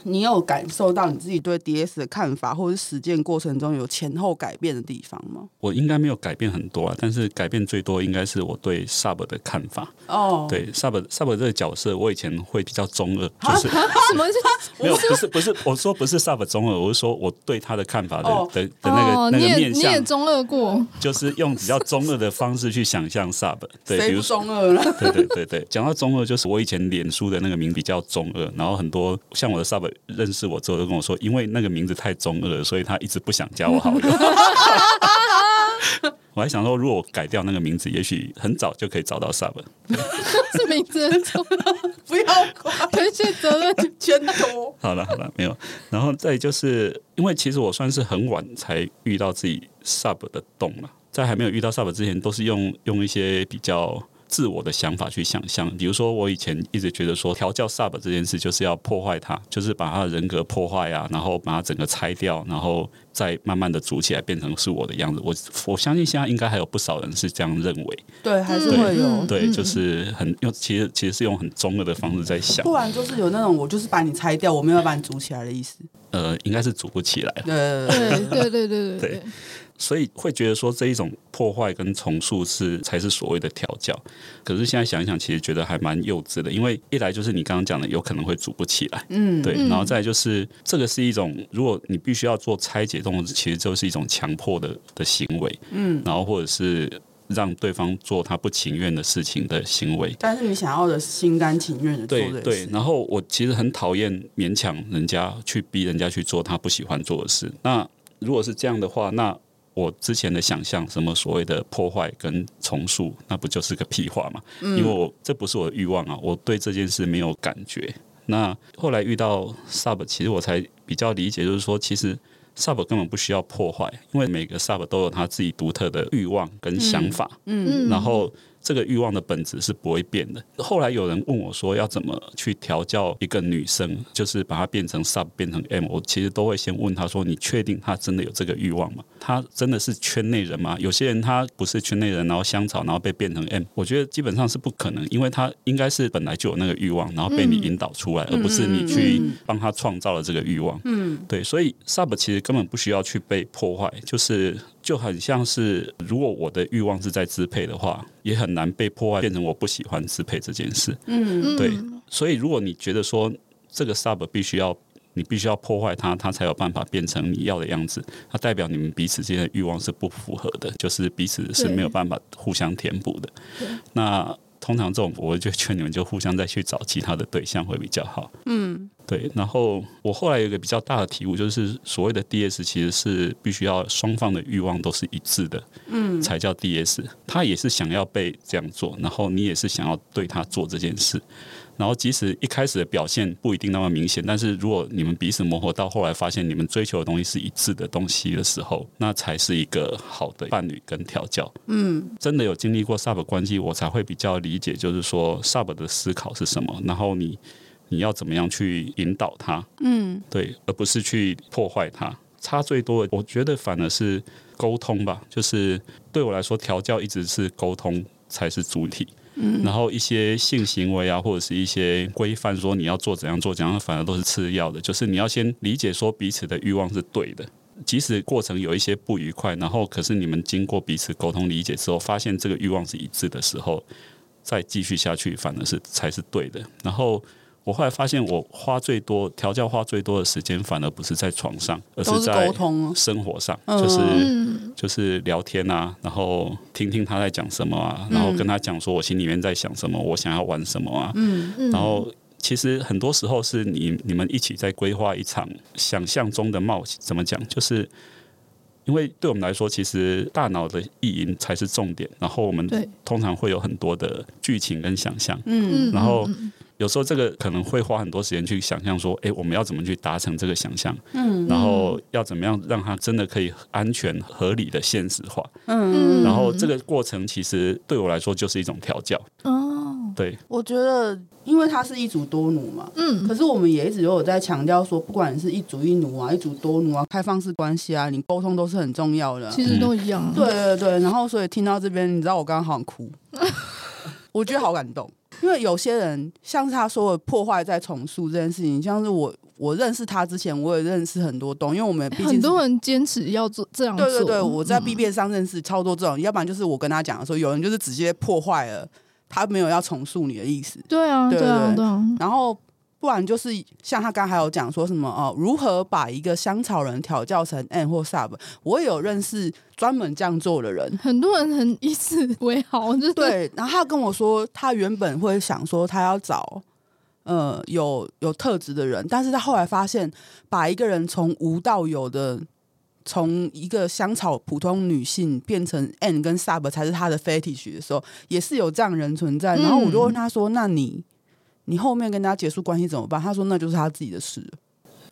A: 你有感受到你自己对 DS 的看法，或者是实践过程中有前后改变的地方吗？
C: 我应该没有改变很多啊，但是改变最多应该是我对 Sub 的看法。
A: 哦，
C: 对 Sub Sub 这个角色，我以前会比较中二，就是
B: 什么是？
C: 没有不是不是，我说不是 Sub 中二，我是说我对他的看法的、
A: 哦
C: 的的那个、
B: 哦，
C: 那
B: 你
C: 个
B: 也
C: 面
B: 你也
C: 向，
B: 中二过，
C: 就是用比较中二的方式去想象 Sub。对，比
A: 谁
C: 如
A: 不
C: 说。
A: 中二了？
C: 对对对对，讲到中二，就是我以前脸书的那个名比较中二，然后很多像我的 sub 认识我之后都跟我说，因为那个名字太中二了，所以他一直不想加我好友。我还想说，如果我改掉那个名字，也许很早就可以找到 sub。
B: 是名字 的中
A: 不要管
B: 推卸责任。
A: 圈多。
C: 好了好了，没有。然后再就是因为其实我算是很晚才遇到自己 sub 的洞了，在还没有遇到 sub 之前，都是用用一些比较自我的想法去想象。比如说，我以前一直觉得说调教 sub 这件事就是要破坏他，就是把他的人格破坏啊，然后把他整个拆掉，然后再慢慢的组起来变成是我的样子。我我相信现在应该还有不少人是这样认为，
A: 对，还是会有。
B: 嗯
C: 对，就是很用其实其实是用很中二的方式在想
A: 不，然就是有那种我就是把你拆掉，我没有把你组起来的意思。
C: 呃，应该是组不起来。
A: 对
B: 对对对对对对，
C: 所以会觉得说这一种破坏跟重塑是才是所谓的调教。可是现在想一想，其实觉得还蛮幼稚的，因为一来就是你刚刚讲的，有可能会组不起来，
A: 嗯，
C: 对，
B: 嗯
C: 然后再来就是这个是一种，如果你必须要做拆解动作，其实就是一种强迫的的行为，嗯，然后或者是让对方做他不情愿的事情的行为，
A: 但是你想要的是心甘情愿的做
C: 对
A: 这件
C: 对，
A: 事。
C: 然后我其实很讨厌勉强人家去逼人家去做他不喜欢做的事。那如果是这样的话，那我之前的想象，什么所谓的破坏跟重塑，那不就是个屁话嘛？
A: 嗯
C: 因为我这不是我的欲望啊，我对这件事没有感觉。那后来遇到 sub，其实我才比较理解，就是说，其实 sub 根本不需要破坏，因为每个 sub 都有他自己独特的欲望跟想法。
B: 嗯，
C: 然后这个欲望的本质是不会变的。后来有人问我说，要怎么去调教一个女生，就是把她变成 sub 变成 m，我其实都会先问她说，你确定她真的有这个欲望吗？她真的是圈内人吗？有些人她不是圈内人，然后香草，然后被变成 m，我觉得基本上是不可能，因为她应该是本来就有那个欲望，然后被你引导出来，而不是你去帮她创造了这个欲望。对，所以 sub 其实根本不需要去被破坏，就是就很像是，如果我的欲望是在支配的话，也很难被破坏，变成我不喜欢支配这件事。
B: 嗯
C: 对，所以如果你觉得说这个 sub 必须要你必须要破坏它，它才有办法变成你要的样子，它代表你们彼此之间的欲望是不符合的，就是彼此是没有办法互相填补的。那通常这种，我就劝你们就互相再去找其他的对象会比较好。嗯，对。然后我后来有一个比较大的体悟，就是所谓的 DS 其实是必须要双方的欲望都是一致的，嗯，才叫 DS。他也是想要被这样做，然后你也是想要对他做这件事。然后即使一开始的表现不一定那么明显，但是如果你们彼此磨合到后来发现你们追求的东西是一致的东西的时候，那才是一个好的伴侣跟调教。嗯，真的有经历过 sub 关系，我才会比较理解，就是说 sub 的思考是什么，然后你你要怎么样去引导他，嗯，对，而不是去破坏他。差最多的，我觉得反而是沟通吧，就是对我来说，调教一直是沟通才是主体。
A: 嗯
C: 然后一些性行为啊，或者是一些规范，说你要做怎样做怎样，反而都是次要的。就是你要先理解说彼此的欲望是对的，即使过程有一些不愉快，然后可是你们经过彼此沟通理解之后，发现这个欲望是一致的时候，再继续下去，反而是才是对的。然后我后来发现，我花最多调教花最多的时间，反而不是在床上，而
A: 都是
C: 在
A: 沟通啊
C: 生活上，就是。
B: 嗯
C: 就是聊天啊，然后听听他在讲什么啊，
B: 嗯
C: 然后跟他讲说我心里面在想什么，我想要玩什么啊，
B: 嗯嗯，
C: 然后。其实很多时候是你你们一起在规划一场想象中的冒险，怎么讲？就是因为对我们来说，其实大脑的意淫才是重点，然后我们
B: 对
C: 通常会有很多的剧情跟想象，
B: 嗯，
C: 然后
B: 嗯
C: 有时候这个可能会花很多时间去想象说，诶，我们要怎么去达成这个想象？嗯，然后要怎么样让它真的可以安全合理的现实化？
B: 嗯，
C: 然后这个过程其实对我来说就是一种调教，
B: 哦，
C: 对，
A: 我觉得，因为它是一主多奴嘛，
B: 嗯
A: 可是我们也一直都有在强调说，不管是一主一奴啊，一主多奴啊，开放式关系啊，你沟通都是很重要的啊。
B: 其实都一样 啊，
A: 对对对，然后所以听到这边，你知道我刚刚好想哭， 我觉得好感动，因为有些人像是他说的破坏再重塑这件事情，像是我我认识他之前，我也认识很多东，因为我们毕竟是
B: 很多人坚持要做这样做。
A: 对对对，我在 B 面上认识超多这种，要不然就是我跟他讲的时候，有人就是直接破坏了，他没有要重塑你的意思，
B: 对啊，
A: 对
B: 对啊，
A: 对
B: 对啊，
A: 然后不然就是像他刚才有讲说什么哦、如何把一个香草人调教成 N 或 Sub，我也有认识专门这样做的人。
B: 很多人很以此为豪， 就是
A: 对，然后他跟我说，他原本会想说他要找呃有有特质的人，但是他后来发现，把一个人从无到有的，从一个香草普通女性变成 N 跟 Sub 才是他的 fetish 的时候，也是有这样的人存在。然后我就问他说：“那你你后面跟他结束关系怎么办？”他说：“那就是他自己的事。”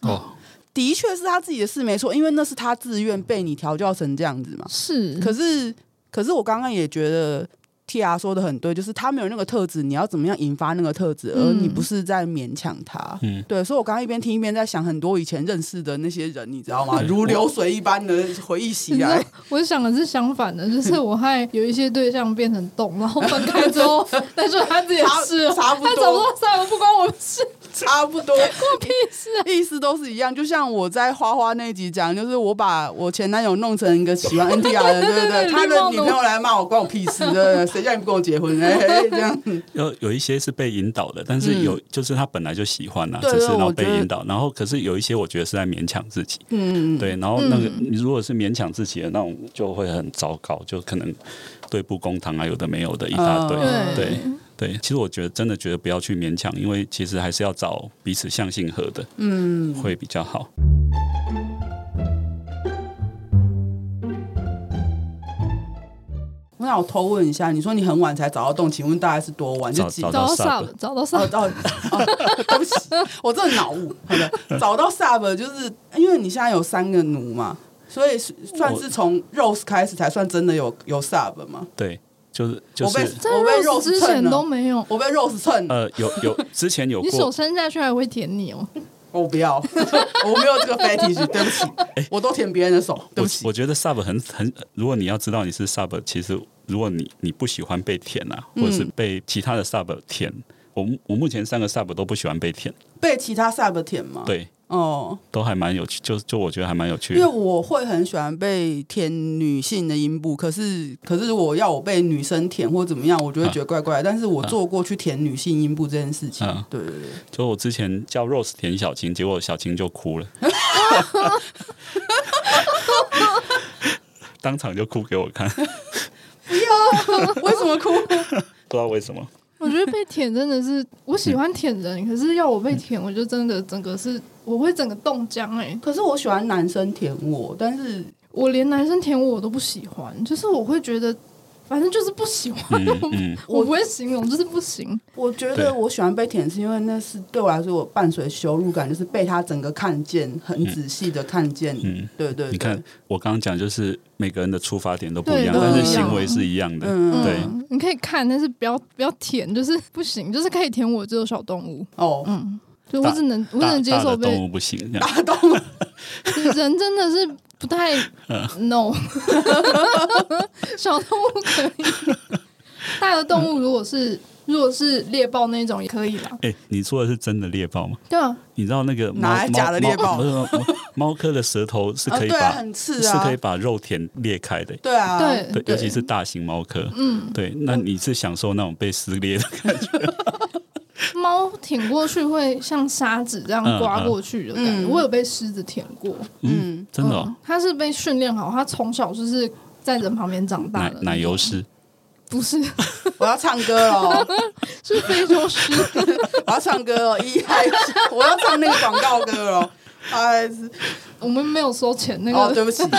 C: 哦，
A: 的确是他自己的事，没错，因为那是他自愿被你调教成这样子嘛。
B: 是，
A: 可是，可是我刚刚也觉得 T R 说的很对，就是他没有那个特质，你要怎么样引发那个特质，而
B: 嗯
A: 你不是在勉强他。
C: 嗯
A: 对，所以我刚刚一边听一边在想很多以前认识的那些人，你知道吗？
C: 嗯
A: 如流水一般的回忆袭
B: 你知道
A: 来。
B: 我想的是相 反的，就是我还有一些对象变成动，然后分开 之后，他说他自己的事哦，
A: 差差不多
B: 他找不到三，我不关我的事，
A: 差不多，
B: 我屁事啊！
A: 意思都是一样。就像我在花花那集讲，就是我把我前男友弄成一个喜欢 NTR 的， 对不
B: 对
A: 对？
B: 对
A: 他
B: 礼貌
A: 的女
B: 奴
A: 朋友来骂我，关我屁事，对不对？谁叫你不跟我结婚？哎、哎这样。
C: 有有一些是被引导的，但是有、就是他本来就喜欢啊，
A: 嗯对
C: 只是
A: 对
C: 然后
A: 我
C: 被
A: 觉得
C: 引导，然后可是有一些我觉得是在勉强自己，
A: 嗯，
C: 对，然后那个、你如果是勉强自己的那种，就会很糟糕，就可能对簿公堂啊，有的没有的一大
A: 哦
C: 堆，
B: 嗯对
C: 对对。其实我觉得真的觉得不要去勉强，因为其实还是要找彼此相性合的，嗯，会比较好。
A: 我想我偷问一下，你说你很晚才找到洞，请问大概是多晚？就
C: 早
A: 几
C: 早
B: 找到
C: sub
B: sub，找到
A: 哦
B: sub，
A: 哦哦，对不起，我真的脑雾。好的，找到 sub 就是因为你现在有三个奴嘛，所以是算是从 rose 开始才算真的有有 sub 嘛。
C: 对，就是就
A: 我
C: 是
A: 被
B: 在
A: 我被
B: Rose
A: Rose
B: 之
A: 蹭
B: 前
A: 了
B: 都没有，
A: 我被 rose 蹭了，
C: 呃，有有之前有
B: 你手
C: 过，
B: 伸下去还会舔你哦，
A: 我不要，我没有这个 fetish，对 不起，我都舔别人的手，对
C: 哎我
A: 不起
C: 我。觉得 sub 很很，如果你要知道你是 sub，其实如果你你不喜欢被舔啊，或者是
A: 嗯
C: 被其他的 sub 舔，我目我目前三个 sub 都不喜欢被舔，
A: 被其他 sub 舔吗？，
C: 对，
A: 哦，
C: 都还蛮有趣，就就我觉得还蛮有趣
A: 啊因为
C: 的。
A: 我会很喜欢被舔女性的阴部，可是可是我要我被女生舔或怎么样，我
C: 啊
A: 就会觉得怪怪的。但是我做过去舔女性阴部这件事情，
C: 嗯
A: 对对对，
C: 就我之前叫 Rose 舔小青，结果小青就哭了， 当场就哭给我看，不
A: 为什么哭？
C: 知道为什么。
B: 我觉得被舔真的是，我喜欢舔人，可是要我被舔，我就真的整个是，我会整个冻僵哎、
A: 可是我喜欢男生舔我，但是
B: 我连男生舔我我都不喜欢，就是我会觉得，反正就是不喜欢，
C: 嗯嗯，
B: 我不会形容，就是不行。
A: 我觉
C: 对
A: 得我喜欢被舔，是因为那是对我来说，我伴随羞辱感，就是被他整个看见，很仔细的看见。
C: 嗯
A: 对对对，
C: 你看我刚刚讲就是每个人的出发点都不一
B: 对
C: 样，
A: 都
C: 但是
A: 不一样
C: 行为是一样的。
A: 嗯
C: 对
B: 嗯，你可以看，但是不要不要舔，就是不行，就是可以舔我只有小动物，
A: 哦，
B: 就
C: 大
B: 我只能
A: 嗯
B: 我只
C: 大
B: 能接
C: 大
B: 受
C: 的
B: 被
C: 动物不行，这样
A: 打动了。
B: 人真的是不太 no，小动物可以，大的动物如果是如果是猎豹那种也可以啦，
C: 哎、你说的是真的猎豹吗？
B: 对啊，
C: 你知道那个猫
A: 哪来假的猎豹
C: 猫猫猫 猫科的舌头是
A: 啊，
C: 可以
A: 对
C: 把、
A: 啊，很刺
C: 是可
A: 啊
C: 以，把肉舔裂开的，
A: 对啊，
B: 对
C: 对，尤其是大型猫科。
B: 嗯，
C: 对，那你是享受那种被撕裂的？
B: 猫舔过去会像沙子这样
C: 嗯
B: 刮
C: 嗯
B: 过去的感觉，
A: 嗯
B: 我有被狮子舔过，
A: 嗯
C: 嗯，真的、哦
B: 嗯，它是被训练好，它从小就是在人旁边长大
C: 奶
A: 嗯
B: 的，
C: 奶油狮，
B: 不是
A: 我要唱歌了。哦
B: 是非洲狮，
A: 我要唱歌哦，一嗨，我要唱那个广告歌哦， 哎，是
B: 我们没有收钱那
A: 哦，
B: 个。
A: 对不起。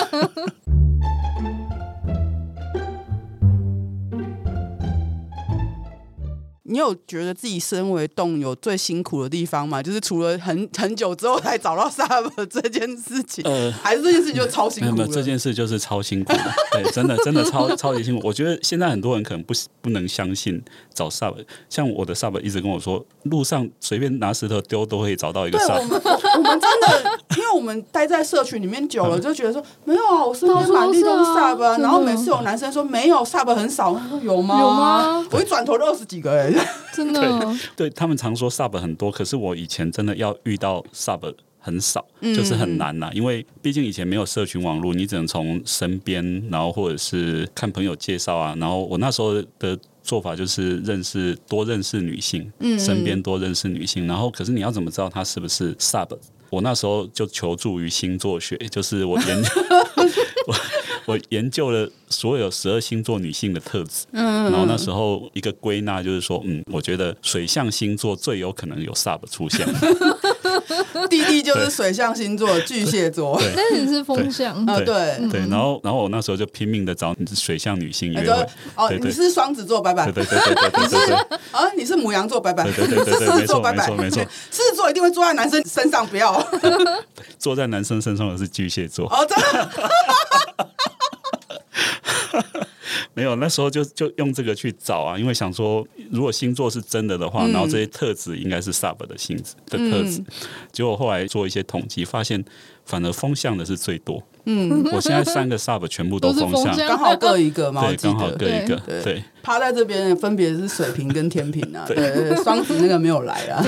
A: 你有觉得自己身为动有最辛苦的地方吗？就是除了很很久之后才找到 sub 这件事情，
C: 呃
A: 还是这件事情就超辛
C: 没有
A: 苦
C: 没
A: 了？
C: 有，这件事就是超辛苦的，对，真的真的超超级辛苦。我觉得现在很多人可能不不能相信找 sub，像我的 sub 一直跟我说，路上随便拿石头丢都可以找到一个
A: 对我
C: sub。
A: 们， 我们真的，因为我们待在社群里面久
C: 嗯
A: 了，就觉得说没有啊，我身边满地都是 sub，、
B: 到处都是啊
A: 然后每次有男生说没有 sub 很少，我说有吗？
B: 有吗？
A: 我一转头就二十几个哎、
B: 真的哦，
C: 对他们常说 sub 很多，可是我以前真的要遇到 sub 很少，就是很难呐、因为毕竟以前没有社群网络，你只能从身边，然后或者是看朋友介绍啊。然后我那时候的做法就是认识多认识女性，身边多认识女性。然后可是你要怎么知道她是不是 sub？我那时候就求助于星座学，就是我研究 我我研究了所有十二星座女性的特质，然后那时候一个归纳就是说，嗯，我觉得水象星座最有可能有 sub 出现，
A: 弟弟就是水象星座巨蟹座，
C: 对
B: 但是你是风向，
A: 啊
C: 对
A: 对，
C: 对，然后然后我那时候就拼命的找水象女性约
A: 你
C: 会
A: 说，哦，
C: 对
A: 你
C: 对
A: 是双子座，拜拜
C: 对对对对对对对对
A: 啊，你是母羊座，拜拜，
C: 对对对对
A: 狮
C: 对
A: 子座，
C: 没错
A: 拜拜，
C: 没错没错
A: 狮子座一定会坐在男生身上，不要 哦，
C: 坐在男生身上的是巨蟹座，
A: 真的，
C: 没有，那时候就就用这个去找啊，因为想说，如果星座是真的的话，然后这些特质应该是 sub 的性质的特质。结果后来做一些统计，发现反而风向的是最多。嗯，我现在三个 sub 全部都
B: 都是
C: 风向，
B: 风向
A: 刚好各一个嘛，我
C: 对，
A: 记
C: 刚好
A: 得
C: 各一个，
A: 对
C: 对
A: 趴在这边的分别是水瓶跟天平啊，对
C: 对
A: 对，对双子那个没有来啊，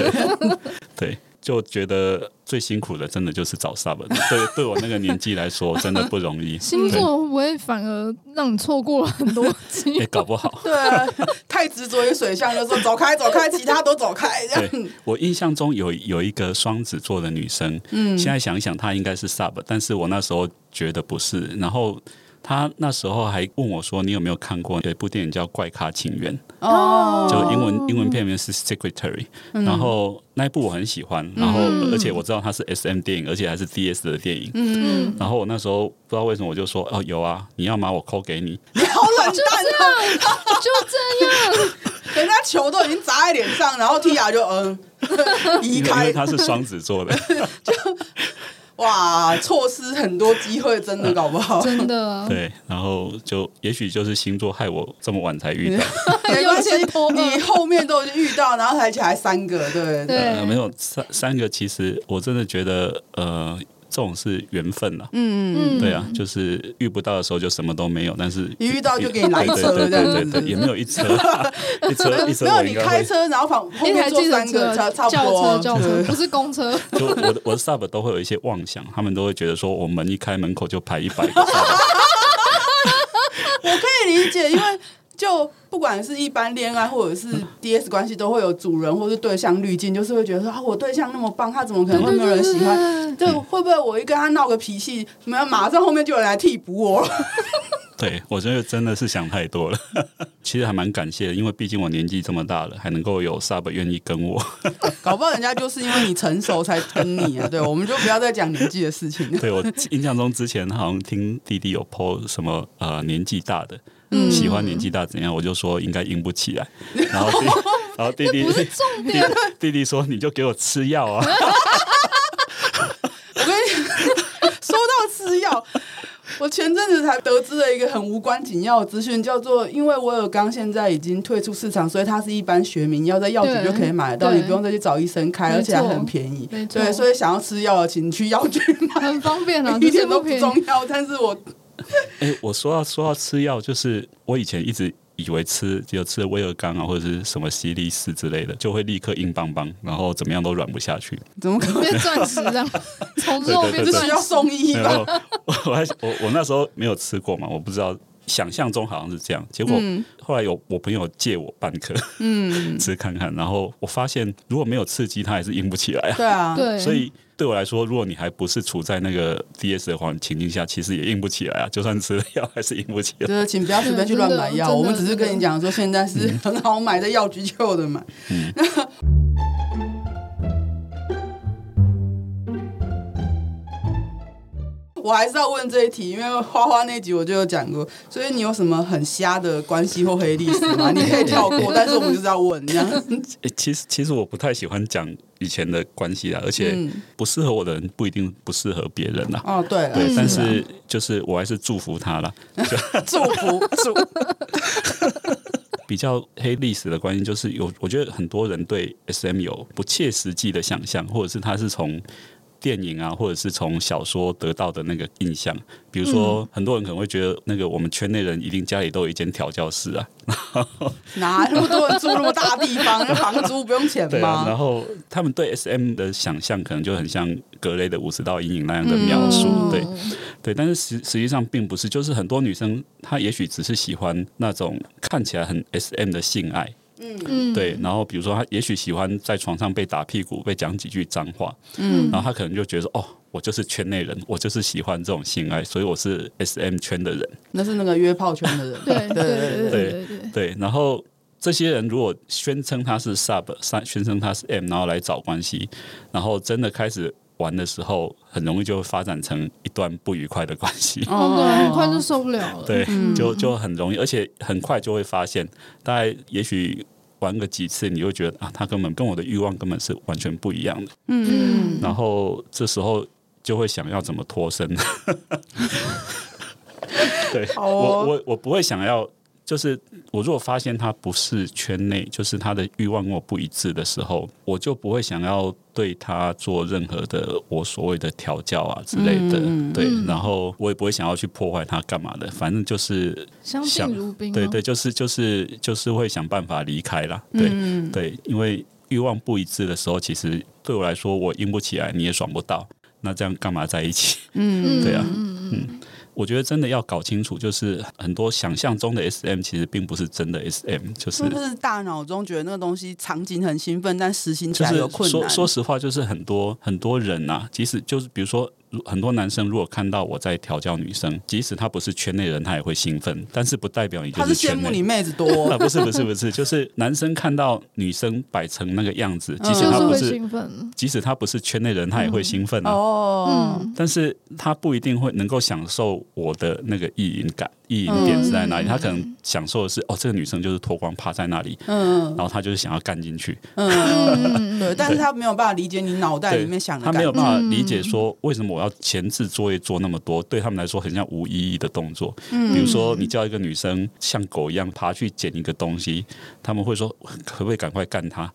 C: 对，就觉得最辛苦的真的就是找 sub，的对，对我那个年纪来说真的不容易。
B: 星
C: 对
B: 座会不会反而让你错过了很
A: 嗯
B: 多机
C: 也、
B: 会？
C: 哎搞不好。
A: 对啊，太执着于水象，就说走开走开，其他都走开 这样。
C: 对我印象中有有一个双子座的女生，嗯，现在想一想她应该是 sub，但是我那时候觉得不是。然后她那时候还问我说：“你有没有看过有一部电影叫《怪咖情缘》？
A: 哦嗯
C: 就英文英文片名是 Secretary，、然后那一部我很喜欢，然后而且我知道它是 SM 电影，而且还是 DS 的电影。
B: 嗯，
C: 然后我那时候不知道为什么我就说：“哦，有啊，你要吗？我扣给你。”
A: 你好冷淡哦，
B: 就 这样，
A: 人家球都已经砸在脸上，然后 T R 就 嗯移
C: 因为因
A: 开
C: 为，她是双子 座的，
A: 哇，错失很多机会，真的搞不 好。
B: 真的，
C: 对，然后就也许就是星座害我这么晚才遇到。
A: 没关系
B: 有点多，了
A: 你后面都已经遇到，然后才起来三个，对不对？
B: 对
C: 呃，没有三三个，其实我真的觉得，呃，这种是缘分啦。嗯，
B: 嗯，
C: 对啊，就是遇不到的时候就什么都没有，但是
A: 一遇到就给你来一车
C: 对对
A: 这样
C: 对对对
A: 子
C: 对，也没有 一车，一车一车
A: 没有
C: 我应
A: 你
C: 该
A: 开
C: 会，
A: 车，然后旁后
B: 一
A: 面
B: 台
A: 坐
B: 计
A: 三
B: 程
A: 个，
B: 车、
A: 差差
B: 轿
A: 不多，
B: 车、轿车，
A: 对
B: 不是公车，
C: 就我的我的 sub 都会有一些妄想，他们都会觉得说我门一开门口就排一 百个 sub，
A: 我可以理解，因为就不管是一般恋爱或者 是 D S 关系，都会有主人或是对象滤镜，就是会觉得说啊，我对象那么棒，他怎么可能会没有人喜欢？
B: 对对对
A: 对，会不会我一跟他闹个脾气，没有马上后面就有人来替补我 了？
C: 对我觉得真的是想太多了。 其实还蛮感谢的，因为毕竟我年纪这么大了，还能够有 sub 愿意跟 我。
A: 搞不好人家就是因为你成熟才跟你啊！对，我们就不要再讲年纪的事情。
C: 对我印象中之前好像听弟弟有 PO 什么呃年纪大的，
B: 嗯
C: 喜欢年纪大怎样，我就说应该硬不起来，然后弟然后弟弟
B: 不是
C: 弟
B: 重点，
C: 弟弟说你就给我吃药啊，
A: 我跟你说到吃药，我前阵子才得知了一个很无关紧要的资讯，叫做因为威尔刚现在已经退出市场，所以它是一般学名药，在药局
B: 对
A: 就可以买得到，
B: 对
A: 你不用再去找医生开，
B: 没错
A: 而且还很便宜
B: 没。错
A: 对，所以想要吃药，请去药局买，
B: 很方便啊，
A: 一
B: 就是
A: 点都
B: 不
A: 不
B: 便
A: 重
B: 宜，
A: 要。但是我
C: 哎，我说到说到吃药，就是我以前一直以为吃只有吃威尔刚啊或者是什么西力士之类的，就会立刻硬邦邦，然后怎么样都软不下去。
A: 怎么可 能
B: 变钻石这样，从肉变
C: 对对
B: 钻
A: 需要
B: 石，
A: 送医
C: 然
A: 吧？
C: 后我我还我我那时候没有吃过嘛，我不知道，想象中好像是这样。结果后来有我朋友借我半颗，嗯， 吃看看，然后我发现如果没有刺激，它还是硬不起来啊。
A: 对啊，
B: 对，
C: 所以对我来说，如果你还不是处在那个 DS 的环情境下，其实也硬不起来啊。就算吃了药，还是硬 不起来。
A: 就是请不要随便去乱买
B: 真的真
A: 药，
B: 的嗯
A: 我们只是跟你讲说现在是很好买，在药局就有的买。 我还是要问这一题，因为花花那集我就有讲过，所以你有什么很瞎的关系或黑历史吗？你可以跳过，但是我们就是要问这样。
C: 诶其实其实我不太喜欢讲以前的关系啊，而且
A: 嗯，
C: 不适合我的人不一定不适合别人啊。
A: 哦，对了，
C: 对，但
A: 啊
C: 是就是我还是祝福他啦。
A: 祝福祝
C: 比较黑历史的关系，就是有我觉得很多人对 SM 有不切实际的想象，或者是他是从电影啊，或者是从小说得到的那个印象。比如
A: 嗯
C: 说，很多人可能会觉得，那个我们圈内人一定家里都有一间调教室啊，
A: 哪那么多人住那么大地方，那房租不用钱
C: 对啊。然
A: 吗？
C: 后他们对 SM 的想象，可能就很像格雷的五十道阴影那样的描述，
B: 嗯
C: 对。对，但是实实际上并不是，就是很多女生她也许只是喜欢那种看起来很 S M 的性爱，
B: 嗯，
C: 对，然后比如说她也许喜欢在床上被打屁股，被讲几句脏话，
B: 嗯，
C: 然后她可能就觉得说，哦，我就是圈内人，我就是喜欢这种性爱，所以我是 S M 圈的人，
A: 那是那个约炮圈的人，
B: 对对对
A: 对，
B: 对对对，
C: 对，然后。这些人如果宣称他是 sub，三宣称他是 M，然后来找关系，然后真的开始玩的时候，很容易就会发展成一段不愉快的关系。
B: 哦，对，很快就受不了嗯了。
C: 对，就就很容易，而且很快就会发现，大概也许玩个几次，你会觉得啊，他根本跟我的欲望根本是完全不一样的。
A: 嗯
B: 嗯，
C: 然后这时候就会想要怎么脱身。 对、
A: 好哦
C: 我我我不会想要，就是我如果发现他不是圈内，就是他的欲望跟我不一致的时候，我就不会想要对他做任何的我所谓的调教啊之类的。
A: 嗯
C: 对，
B: 嗯
C: 然后我也不会想要去破坏他干嘛的，反正就是
B: 相
C: 想
B: 敬如宾。啊
C: 对对，，就是就是就是会想办法离开啦。对、
A: 哦嗯
C: 对，因为欲望不一致的时候，其实对我来说，我硬不起来，你也爽不到，那这样干嘛在一起？
A: 嗯
B: 嗯，
C: 对啊
B: 嗯嗯
C: 我觉得真的要搞清楚，就是很多想象中的 SM 其实并不是真的 SM，就是
A: 是不是大脑中觉得那个东西场景很兴奋，但实行起
C: 就
A: 来
C: 是
A: 有困
C: 说
A: 难？
C: 说实话，就是很多很多人呐、即使就是比如说。如很多男生如果看到我在调教女生，即使他不是圈内人，他也会兴奋，但是不代表你就
A: 他是羡
C: 圈内
A: 慕
C: 人
A: 你妹子多
C: 啊，，不是不是不是，就是男生看到女生摆成那个样子，即
B: 嗯，
C: 使
B: 就
C: 他
B: 是
C: 不
B: 会
C: 是，
B: 兴嗯奋。
C: 即使他不是圈内人，他也会兴奋啊。
A: 哦，
B: 嗯，
C: 但是他不一定会能够享受我的那个意淫感，意淫点是在哪里？他可能享受的是哦，这个女生就是脱光趴在那里，
A: 嗯
C: 然后他就是想要干进去，
A: 嗯，对，但是
C: 对
A: 他没有办法理解你脑袋里面想的
C: 他
A: 感觉，
C: 没有办法理解说为什么我要前置作业做那么多，对他们来说很像无意义的动作。
A: 嗯
C: 比如说你叫一个女生像狗一样爬去捡一个东西，他们会说可不可以赶快干她？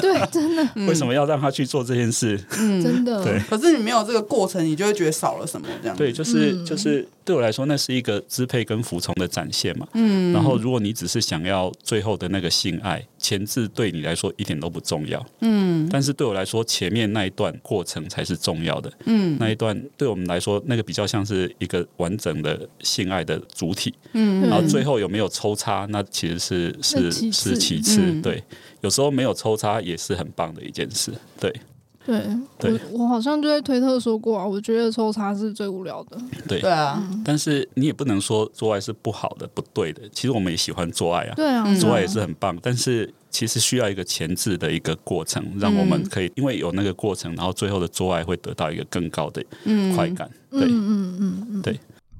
B: 对，真的
A: 嗯
C: 为什么要让她去做这件事？
B: 真的，
C: 对
A: 可是你没有这个过程，你就会觉得少了什么这样。
C: 对，，就是、
A: 嗯
C: 就是对我来说，那是一个支配跟服从的展现嘛。嗯，然后如果你只是想要最后的那个性爱，前置对你来说一点都不重要。嗯，但是对我来说，前面那一段过程才是重要的。嗯，那一段对我们来说，那个比较像是一个完整的性爱的主体。
B: 嗯
C: 然后最后有没有抽插，那其实是
B: 那
C: 是
B: 其次
C: 是其次。
A: 嗯
C: 对，有时候没有抽插也是很棒的一件事。对
B: 对，
C: 对
B: 我我好像就在推特说过啊，我觉得抽查是最无聊的。
C: 对
A: 对啊，
C: 但是你也不能说做爱是不好的、不对的。其实我们也喜欢做爱啊，
B: 对啊，
A: 嗯
C: 做爱也是很棒，但是其实需要一个前置的一个过程，让我
A: 嗯
C: 们可以因为有那个过程，然后最后的做爱会得到一个更高的
A: 嗯，
C: 快感。
B: 嗯嗯嗯嗯，
C: 对。